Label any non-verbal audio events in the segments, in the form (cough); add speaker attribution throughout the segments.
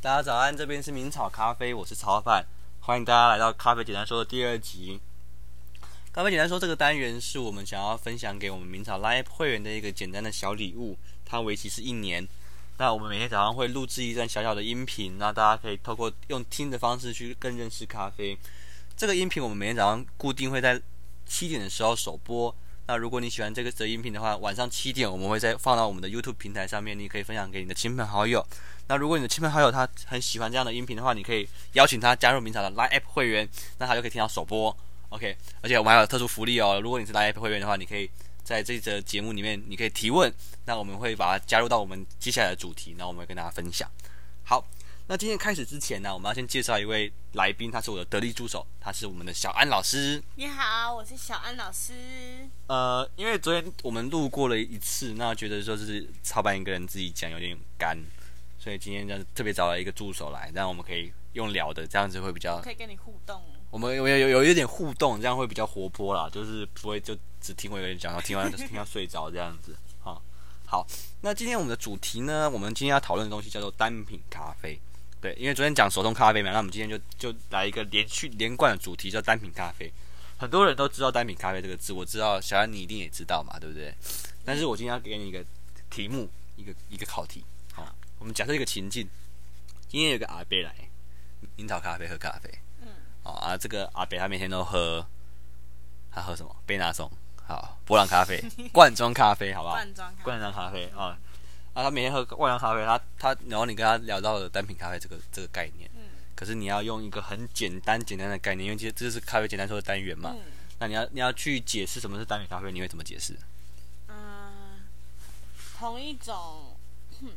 Speaker 1: 大家早安，这边是明草咖啡，我是曹范，欢迎大家来到咖啡简单说的第二集。咖啡简单说这个单元是我们想要分享给我们明草 Live 会员的一个简单的小礼物，它为期是一年。那我们每天早上会录制一段小小的音频，那大家可以透过用听的方式去更认识咖啡。这个音频我们每天早上固定会在七点的时候首播。那如果你喜欢这个的音频的话，晚上七点我们会再放到我们的 YouTube 平台上面，你可以分享给你的亲朋好友。那如果你的亲朋好友他很喜欢这样的音频的话，你可以邀请他加入明朝的 Line App 会员，那他就可以听到首播。OK，而且我们还有特殊福利哦，如果你是 Line App 会员的话，你可以在这则节目里面你可以提问，那我们会把它加入到我们接下来的主题，那我们会跟大家分享。好，那今天开始之前呢，我们要先介绍一位来宾，他是我的得力助手，他是我们的小安老师。
Speaker 2: 你好，我是小安老师。
Speaker 1: 呃，因为昨天我们录过了一次，那觉得说是操办一个人自己讲有点干，所以今天就特别找了一个助手来，让我们可以用聊的，这样子会比较
Speaker 2: 可以跟你互动，
Speaker 1: 我们有有有有一点互动，这样会比较活泼啦，就是不会就只听我一个人讲，然后听完就听到 (laughs) 睡着这样子。好，好，那今天我们的主题呢，我们今天要讨论的东西叫做单品咖啡。对，因为昨天讲手动咖啡嘛，那我们今天就就来一个连续连贯的主题，叫单品咖啡。很多人都知道单品咖啡这个字，我知道小安你一定也知道嘛，对不对？但是我今天要给你一个题目，一个一个考题。好，我们假设一个情境，今天有个阿伯来，樱桃咖啡喝咖啡，
Speaker 2: 嗯
Speaker 1: 哦啊，这个阿北他每天都喝，他喝什么？贝纳颂，好，波朗咖
Speaker 2: (laughs)
Speaker 1: 啡，罐装咖啡，好不好？
Speaker 2: 罐装咖啡
Speaker 1: 罐装咖啡啊，啊，他每天喝罐装咖啡，他他，然后你跟他聊到了单品咖啡这个这个概念，
Speaker 2: 嗯
Speaker 1: 可是你要用一个很简单简单的概念，因为这这是咖啡简单说的单元嘛，
Speaker 2: 嗯
Speaker 1: 那你要你要去解释什么是单品咖啡，你会怎么解释？
Speaker 2: 嗯，同一种，嗯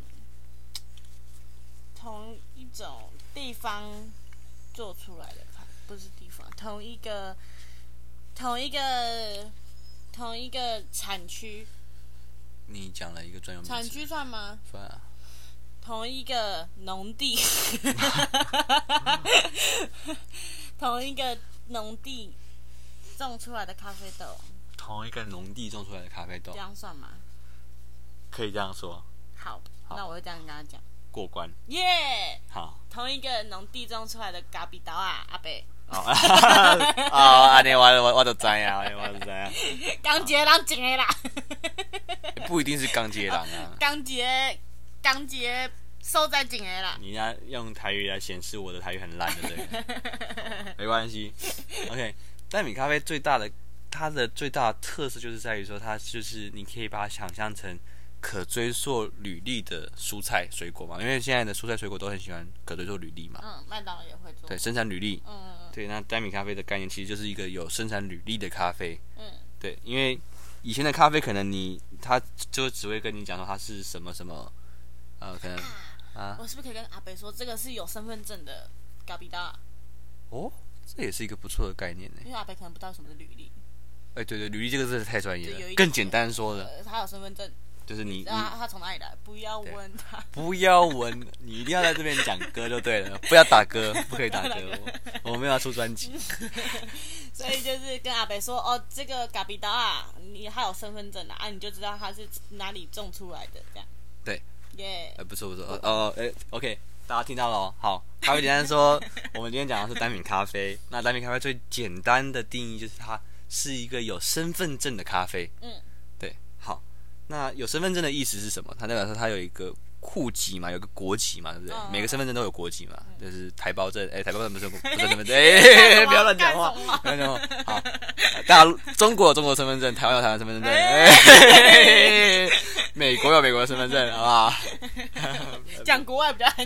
Speaker 2: 同一种地方做出来的咖，不是地方，同一个，同一个，同一个产区，
Speaker 1: 你讲了一个专有名词，
Speaker 2: 产区算吗？
Speaker 1: 算了，
Speaker 2: 同一个农地，同一个农地种出来的咖啡豆，
Speaker 1: 同一个农地种出来的咖啡豆
Speaker 2: 这，样算吗？
Speaker 1: 可以这样说，
Speaker 2: 好，
Speaker 1: 好
Speaker 2: 那我会这样跟他讲，
Speaker 1: 过关，
Speaker 2: 耶、 (laughs)
Speaker 1: 好。
Speaker 2: 同一个农地种出来的咖比刀啊，阿伯，
Speaker 1: 哦， (laughs) 哦，安尼我我我就知啊，安尼我就知啊，
Speaker 2: 钢结人种的啦，
Speaker 1: 不一定是钢铁人
Speaker 2: (laughs)
Speaker 1: 啊。
Speaker 2: 钢结钢结受在种的啦，
Speaker 1: 你要用台语来显示我的台语很烂，对不对？没关系，OK。单品咖啡最大的它的最大的特色就是在于说，它就是你可以把它想象成可追溯履历的蔬菜水果嘛，因为现在的蔬菜水果都很喜欢可追溯履历嘛，
Speaker 2: 嗯，麦当劳也会做，
Speaker 1: 对，生产履历。
Speaker 2: 嗯
Speaker 1: 对，那单品咖啡的概念其实就是一个有生产履历的咖啡，
Speaker 2: 嗯
Speaker 1: 对，因为以前的咖啡可能你他就只会跟你讲说它是什么什么，呃，可能
Speaker 2: 嗯，我是不是可以跟阿伯说，这个是有身份证的咖比刀啊？
Speaker 1: 哦，这也是一个不错的概念呢。
Speaker 2: 因为阿伯可能不知道什么是履历，
Speaker 1: 哎、对对，履历这个真啊的太专业
Speaker 2: 对有
Speaker 1: 了。
Speaker 2: 一点
Speaker 1: 更简单说的，
Speaker 2: 呃，他有身份证，
Speaker 1: 就是你你
Speaker 2: 然后他从哪里来？不要问他，
Speaker 1: 不要闻，你一定要在这边讲歌就对了，不要打歌，不可以打歌， (laughs) 我我们要出专辑。
Speaker 2: (laughs) 所以就是跟阿伯说，哦，这个咖比刀啊，你他有身份证啊，啊，你就知道他是哪里种出来的，这样，
Speaker 1: 对，
Speaker 2: 耶、
Speaker 1: 哎、不错不错，哦哦，哎、o k 大家听到了哦。好，咖啡简单说，我们今天讲的是单品咖啡。那单品咖啡最简单的定义就是它是一个有身份证的咖啡。
Speaker 2: 嗯，
Speaker 1: 对，好。那有身份证的意思是什么？它代表说它有一个户籍嘛，有个国籍嘛，对不对？
Speaker 2: 嗯
Speaker 1: 每个身份证都有国籍嘛，就是台胞证。哎、台胞证不是不是身份证，
Speaker 2: 干
Speaker 1: 哎、
Speaker 2: 什
Speaker 1: (laughs)
Speaker 2: 么
Speaker 1: 不要乱讲话
Speaker 2: 干什
Speaker 1: 不要乱讲话。
Speaker 2: 么，
Speaker 1: 好，大陆中国有中国身份证，台湾有台湾身份证，哎、美国有美国的身份证，好不好？
Speaker 2: 讲国外比较安
Speaker 1: (laughs)
Speaker 2: 全。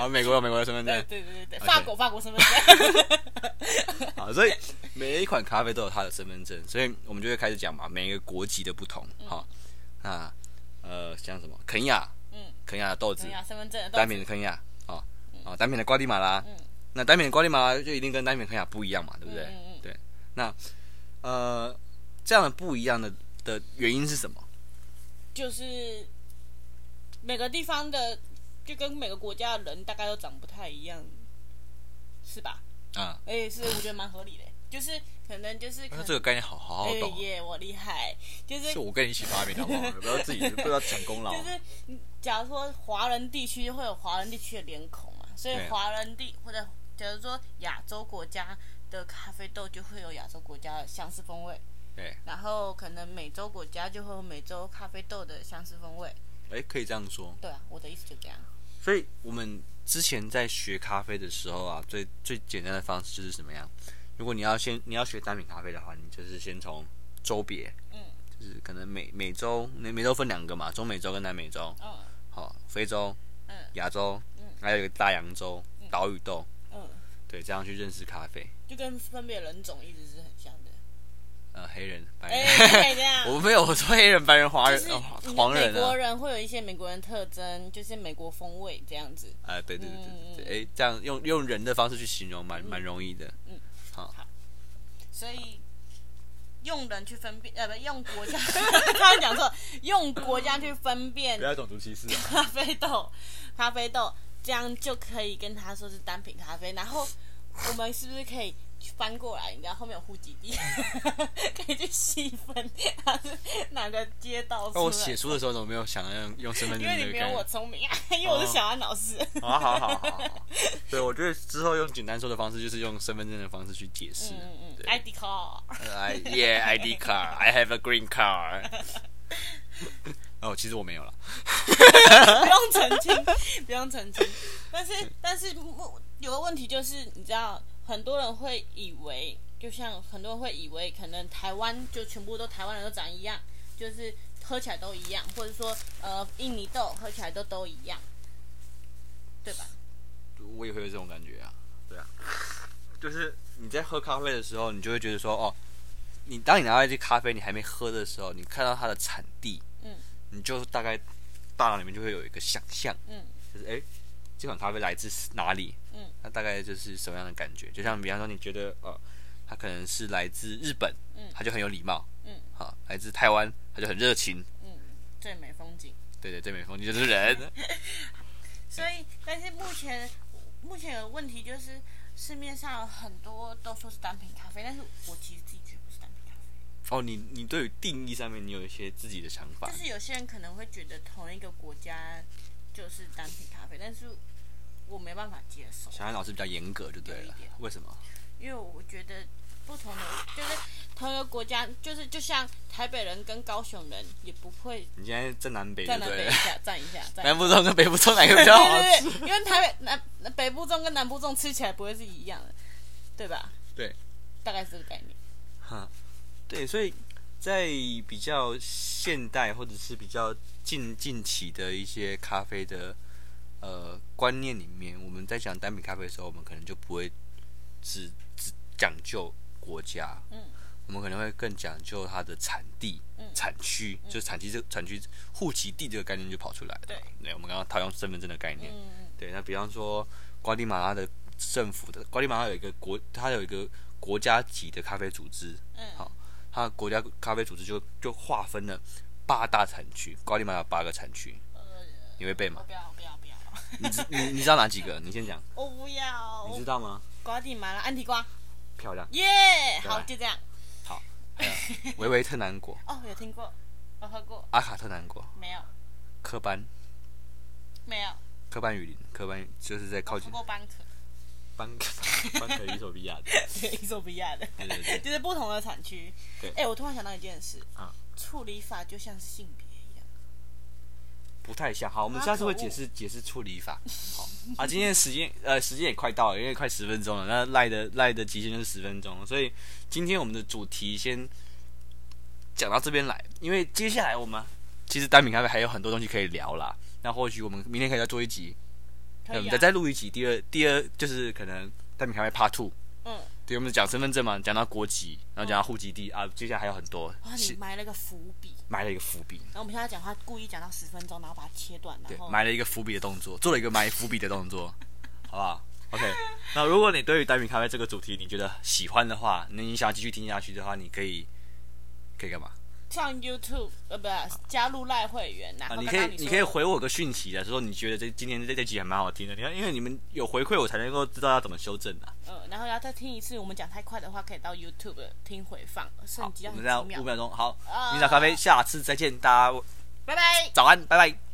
Speaker 1: 好，美国有美国的身份
Speaker 2: 对
Speaker 1: 证。
Speaker 2: (laughs) 对对对，
Speaker 1: OK
Speaker 2: 法国法国身份证。
Speaker 1: 好，所以每一款咖啡都有它的身份证，所以我们就会开始讲嘛，每一个国籍的不同。好、那呃，像什么肯亚，
Speaker 2: 嗯，
Speaker 1: 肯亚的豆子
Speaker 2: 对，呀，身份证的
Speaker 1: 单
Speaker 2: 都
Speaker 1: 品的肯亚，哦哦，单品的瓜地马拉，
Speaker 2: 嗯
Speaker 1: 那单品的瓜地马拉就一定跟单品的肯亚不一样嘛，对不对？
Speaker 2: 嗯嗯嗯
Speaker 1: 对，那呃，这样的不一样的的原因是什么？
Speaker 2: 就是每个地方的，就跟每个国家的人大概都长不太一样，是吧？
Speaker 1: 啊、
Speaker 2: 哎，是我觉得蛮合理的，就是可能就是可
Speaker 1: 那
Speaker 2: 能
Speaker 1: 这个概念好好好
Speaker 2: 哎
Speaker 1: 懂哦，
Speaker 2: 耶，我厉害，就是
Speaker 1: 是我跟你一起发明的，好不好？不要自己不要抢功劳。
Speaker 2: (laughs) 就是，假如说华人地区会有华人地区的脸孔嘛，所以
Speaker 1: 对啊
Speaker 2: 华人地或者假如说亚洲国家的咖啡豆就会有亚洲国家的相似风味，
Speaker 1: 对，
Speaker 2: 然后可能美洲国家就会有美洲咖啡豆的相似风味。
Speaker 1: 哎，可以这样说。
Speaker 2: 对啊，我的意思就这样。
Speaker 1: 所以我们之前在学咖啡的时候啊，最最简单的方式就是怎么样？如果你要先你要学单品咖啡的话，你就是先从州别，
Speaker 2: 嗯，
Speaker 1: 就是可能美美洲，美美洲分两个嘛，中美洲跟南美洲，
Speaker 2: 嗯
Speaker 1: 好，非洲，
Speaker 2: 嗯
Speaker 1: 亚洲，
Speaker 2: 嗯
Speaker 1: 还有一个大洋洲，岛屿豆，
Speaker 2: 嗯，
Speaker 1: 对，这样去认识咖啡。
Speaker 2: 就跟分别人种一直是很像的。
Speaker 1: 呃，黑人、白 (laughs)
Speaker 2: 哎、
Speaker 1: 人，
Speaker 2: 可以这样。
Speaker 1: 我没有我说黑人、白人、华
Speaker 2: 就
Speaker 1: 人、
Speaker 2: 是
Speaker 1: 哦
Speaker 2: 你
Speaker 1: 黄
Speaker 2: 的
Speaker 1: 人
Speaker 2: 美国
Speaker 1: 啊，
Speaker 2: 人会有一些美国人特征，就是美国风味这样子。
Speaker 1: 啊，对对对
Speaker 2: 嗯嗯
Speaker 1: 对对，哎、这样用用人的方式去形容，蛮蛮容易的。
Speaker 2: 嗯所以用人去分辨，呃，不用国家，刚刚讲错，用国家去分辨
Speaker 1: 种族歧视啊！
Speaker 2: 咖啡豆，咖啡豆，这样就可以跟他说是单品咖啡。然后我们是不是可以翻过来？你知道后面有户籍地， (laughs) 可以去细分它是哪个街道出
Speaker 1: 那
Speaker 2: 来。
Speaker 1: 哦我写书的时候怎么没有想要用用身份
Speaker 2: 因
Speaker 1: 证
Speaker 2: 为
Speaker 1: 这
Speaker 2: 你
Speaker 1: 个
Speaker 2: 没
Speaker 1: 概
Speaker 2: 有我
Speaker 1: 念？
Speaker 2: 聪明啊，因为我是小安老师。
Speaker 1: (laughs) 好哦啊好好好
Speaker 2: (laughs)
Speaker 1: 好，对，我觉得之后用简单说的方式，就是用身份证的方式去解释。
Speaker 2: 嗯嗯嗯
Speaker 1: 对
Speaker 2: ，ID call。
Speaker 1: 呃，I (laughs) yeah ID card, I have a green
Speaker 2: (laughs)
Speaker 1: card 。哦，其实我没有了。
Speaker 2: 不用澄清，不用澄清。但是，但是目有个问题就是，你知道，很多人会以为，就像很多人会以为，可能台湾就全部都台湾人都长一样，就是喝起来都一样，或者说呃，印尼豆喝起来都都一样，对吧？
Speaker 1: (laughs) 我也会有这种感觉啊。对啊，就是你在喝咖啡的时候，你就会觉得说，哦，你当你拿到一杯咖啡，你还没喝的时候，你看到它的产地，
Speaker 2: 嗯，
Speaker 1: 你就大概大脑里面就会有一个想象，
Speaker 2: 嗯，
Speaker 1: 就是哎、诶这款咖啡来自哪里？
Speaker 2: 嗯，
Speaker 1: 那大概就是什么样的感觉？就像比方说，你觉得呃，它可能是来自日本，
Speaker 2: 嗯
Speaker 1: 它就很有礼貌，
Speaker 2: 嗯，
Speaker 1: 好，来自台湾，它就很热情，
Speaker 2: 嗯，最美风景。
Speaker 1: 对对，最美风景就是人， (laughs)
Speaker 2: 所以，但是目前目前有问题就是，市面上有很多都说是单品咖啡，但是我其实自己觉得不是单品咖啡。
Speaker 1: 哦，你你对于定义上面，你有一些自己的想法
Speaker 2: 就，是有些人可能会觉得同一个国家就是单品咖啡，但是我没办法接受，
Speaker 1: 小安老师比较严格就对
Speaker 2: 有一
Speaker 1: 了
Speaker 2: 点，
Speaker 1: 为什么？
Speaker 2: 因为我觉得不同的就是同一个国家，就是就像台北人跟高雄人也不会
Speaker 1: 你现在在南北就
Speaker 2: 站南
Speaker 1: 对
Speaker 2: 北一
Speaker 1: 了，
Speaker 2: 下，站一下，站一
Speaker 1: (laughs)
Speaker 2: 下。
Speaker 1: 南部粽跟北部粽哪个比较好
Speaker 2: 对
Speaker 1: 吃？
Speaker 2: 对对，因为台北南南北部粽跟南部粽吃起来不会是一样的，对吧？
Speaker 1: 对，
Speaker 2: 大概是这个概念。
Speaker 1: 对，所以在比较现代或者是比较近近期的一些咖啡的呃观念里面，我们在讲单品咖啡的时候，我们可能就不会只只讲究国家，
Speaker 2: 嗯，
Speaker 1: 我们可能会更讲究它的产地、
Speaker 2: 嗯
Speaker 1: 产区，就是产区这产区户籍地这个概念就跑出来了。
Speaker 2: 对，
Speaker 1: 对，我们刚刚套用身份证的概念，
Speaker 2: 嗯
Speaker 1: 对，那比方说瓜地马拉的政府的瓜地马拉有一个国，它有一个国家级的咖啡组织，
Speaker 2: 嗯
Speaker 1: 好它的国家咖啡组织就就划分了八大产区，瓜地马拉有八个产区，
Speaker 2: 呃，
Speaker 1: 你会背
Speaker 2: 我 (laughs)
Speaker 1: 吗？
Speaker 2: 不要，我不要，我不要，
Speaker 1: 你知你你知道哪几个？你先讲，
Speaker 2: 我哦不要。
Speaker 1: 你
Speaker 2: 我
Speaker 1: 知道吗？
Speaker 2: 瓜地马拉、安提瓜，
Speaker 1: 漂亮，
Speaker 2: 耶、
Speaker 1: 对
Speaker 2: 好，就这样。
Speaker 1: 维维特南国、
Speaker 2: 哦，有听过，我喝过，
Speaker 1: 阿卡特南国、
Speaker 2: 没有，
Speaker 1: 科班、
Speaker 2: 没有，
Speaker 1: 科班雨林、科班就是在靠
Speaker 2: 喝
Speaker 1: 近
Speaker 2: 过班
Speaker 1: (laughs)
Speaker 2: 克，
Speaker 1: 班班克与索比 (laughs) 亚的，
Speaker 2: 伊索比亚的，
Speaker 1: 对对对，
Speaker 2: 就是不同的产区。
Speaker 1: 对
Speaker 2: 哎、我突然想到一件事，
Speaker 1: 啊
Speaker 2: 处理法就像是性别一样，
Speaker 1: 不太像。好，我们
Speaker 2: 啊
Speaker 1: 下次会
Speaker 2: 可恶
Speaker 1: 解释解释处理法。好啊，今天的时间呃时间也快到了，因为快十分钟了。那赖的赖的极限就是十分钟，所以今天我们的主题先讲到这边来，因为接下来我们其实单品咖啡还有很多东西可以聊啦。那或许我们明天可以再做一集，那
Speaker 2: 可
Speaker 1: 哎我
Speaker 2: 以
Speaker 1: 们
Speaker 2: 啊
Speaker 1: 再。再录一集。第二第二就是可能单品咖啡 Part Two。
Speaker 2: 嗯，
Speaker 1: 对，我们讲身份证嘛，讲到国籍，然后讲到户籍地、啊，接下来还有很多，
Speaker 2: 哇，你
Speaker 1: 是
Speaker 2: 埋了个伏笔，
Speaker 1: 埋了一个伏笔。
Speaker 2: 然后我们现在讲话故意讲到十分钟，然后把它切断，
Speaker 1: 对
Speaker 2: 然，后
Speaker 1: 埋了一个伏笔的动作，做了一个埋伏笔的动 (laughs) 作，好不好？OK，那如果你对于单品咖啡这个主题你觉得喜欢的话，那你想要继续听下去的话，你可以可以干嘛？
Speaker 2: 上 YouTube 呃，不是加入赖会员，然
Speaker 1: 啊，
Speaker 2: 后
Speaker 1: 你
Speaker 2: 刚
Speaker 1: 可以
Speaker 2: 刚
Speaker 1: 你
Speaker 2: 说
Speaker 1: 可以回我个讯息的，说你觉得这今天这这集还蛮好听的。你看，因为你们有回馈，我才能够知道要怎么修正啊。
Speaker 2: 呃，然后要再听一次，我们讲太快的话，可以到 YouTube 听回放，
Speaker 1: 好
Speaker 2: 剩，几
Speaker 1: 我们这
Speaker 2: 秒
Speaker 1: 样五秒钟，好，
Speaker 2: 啊
Speaker 1: 米小咖啡，下次再见，大家
Speaker 2: 拜拜。
Speaker 1: 早安，拜拜。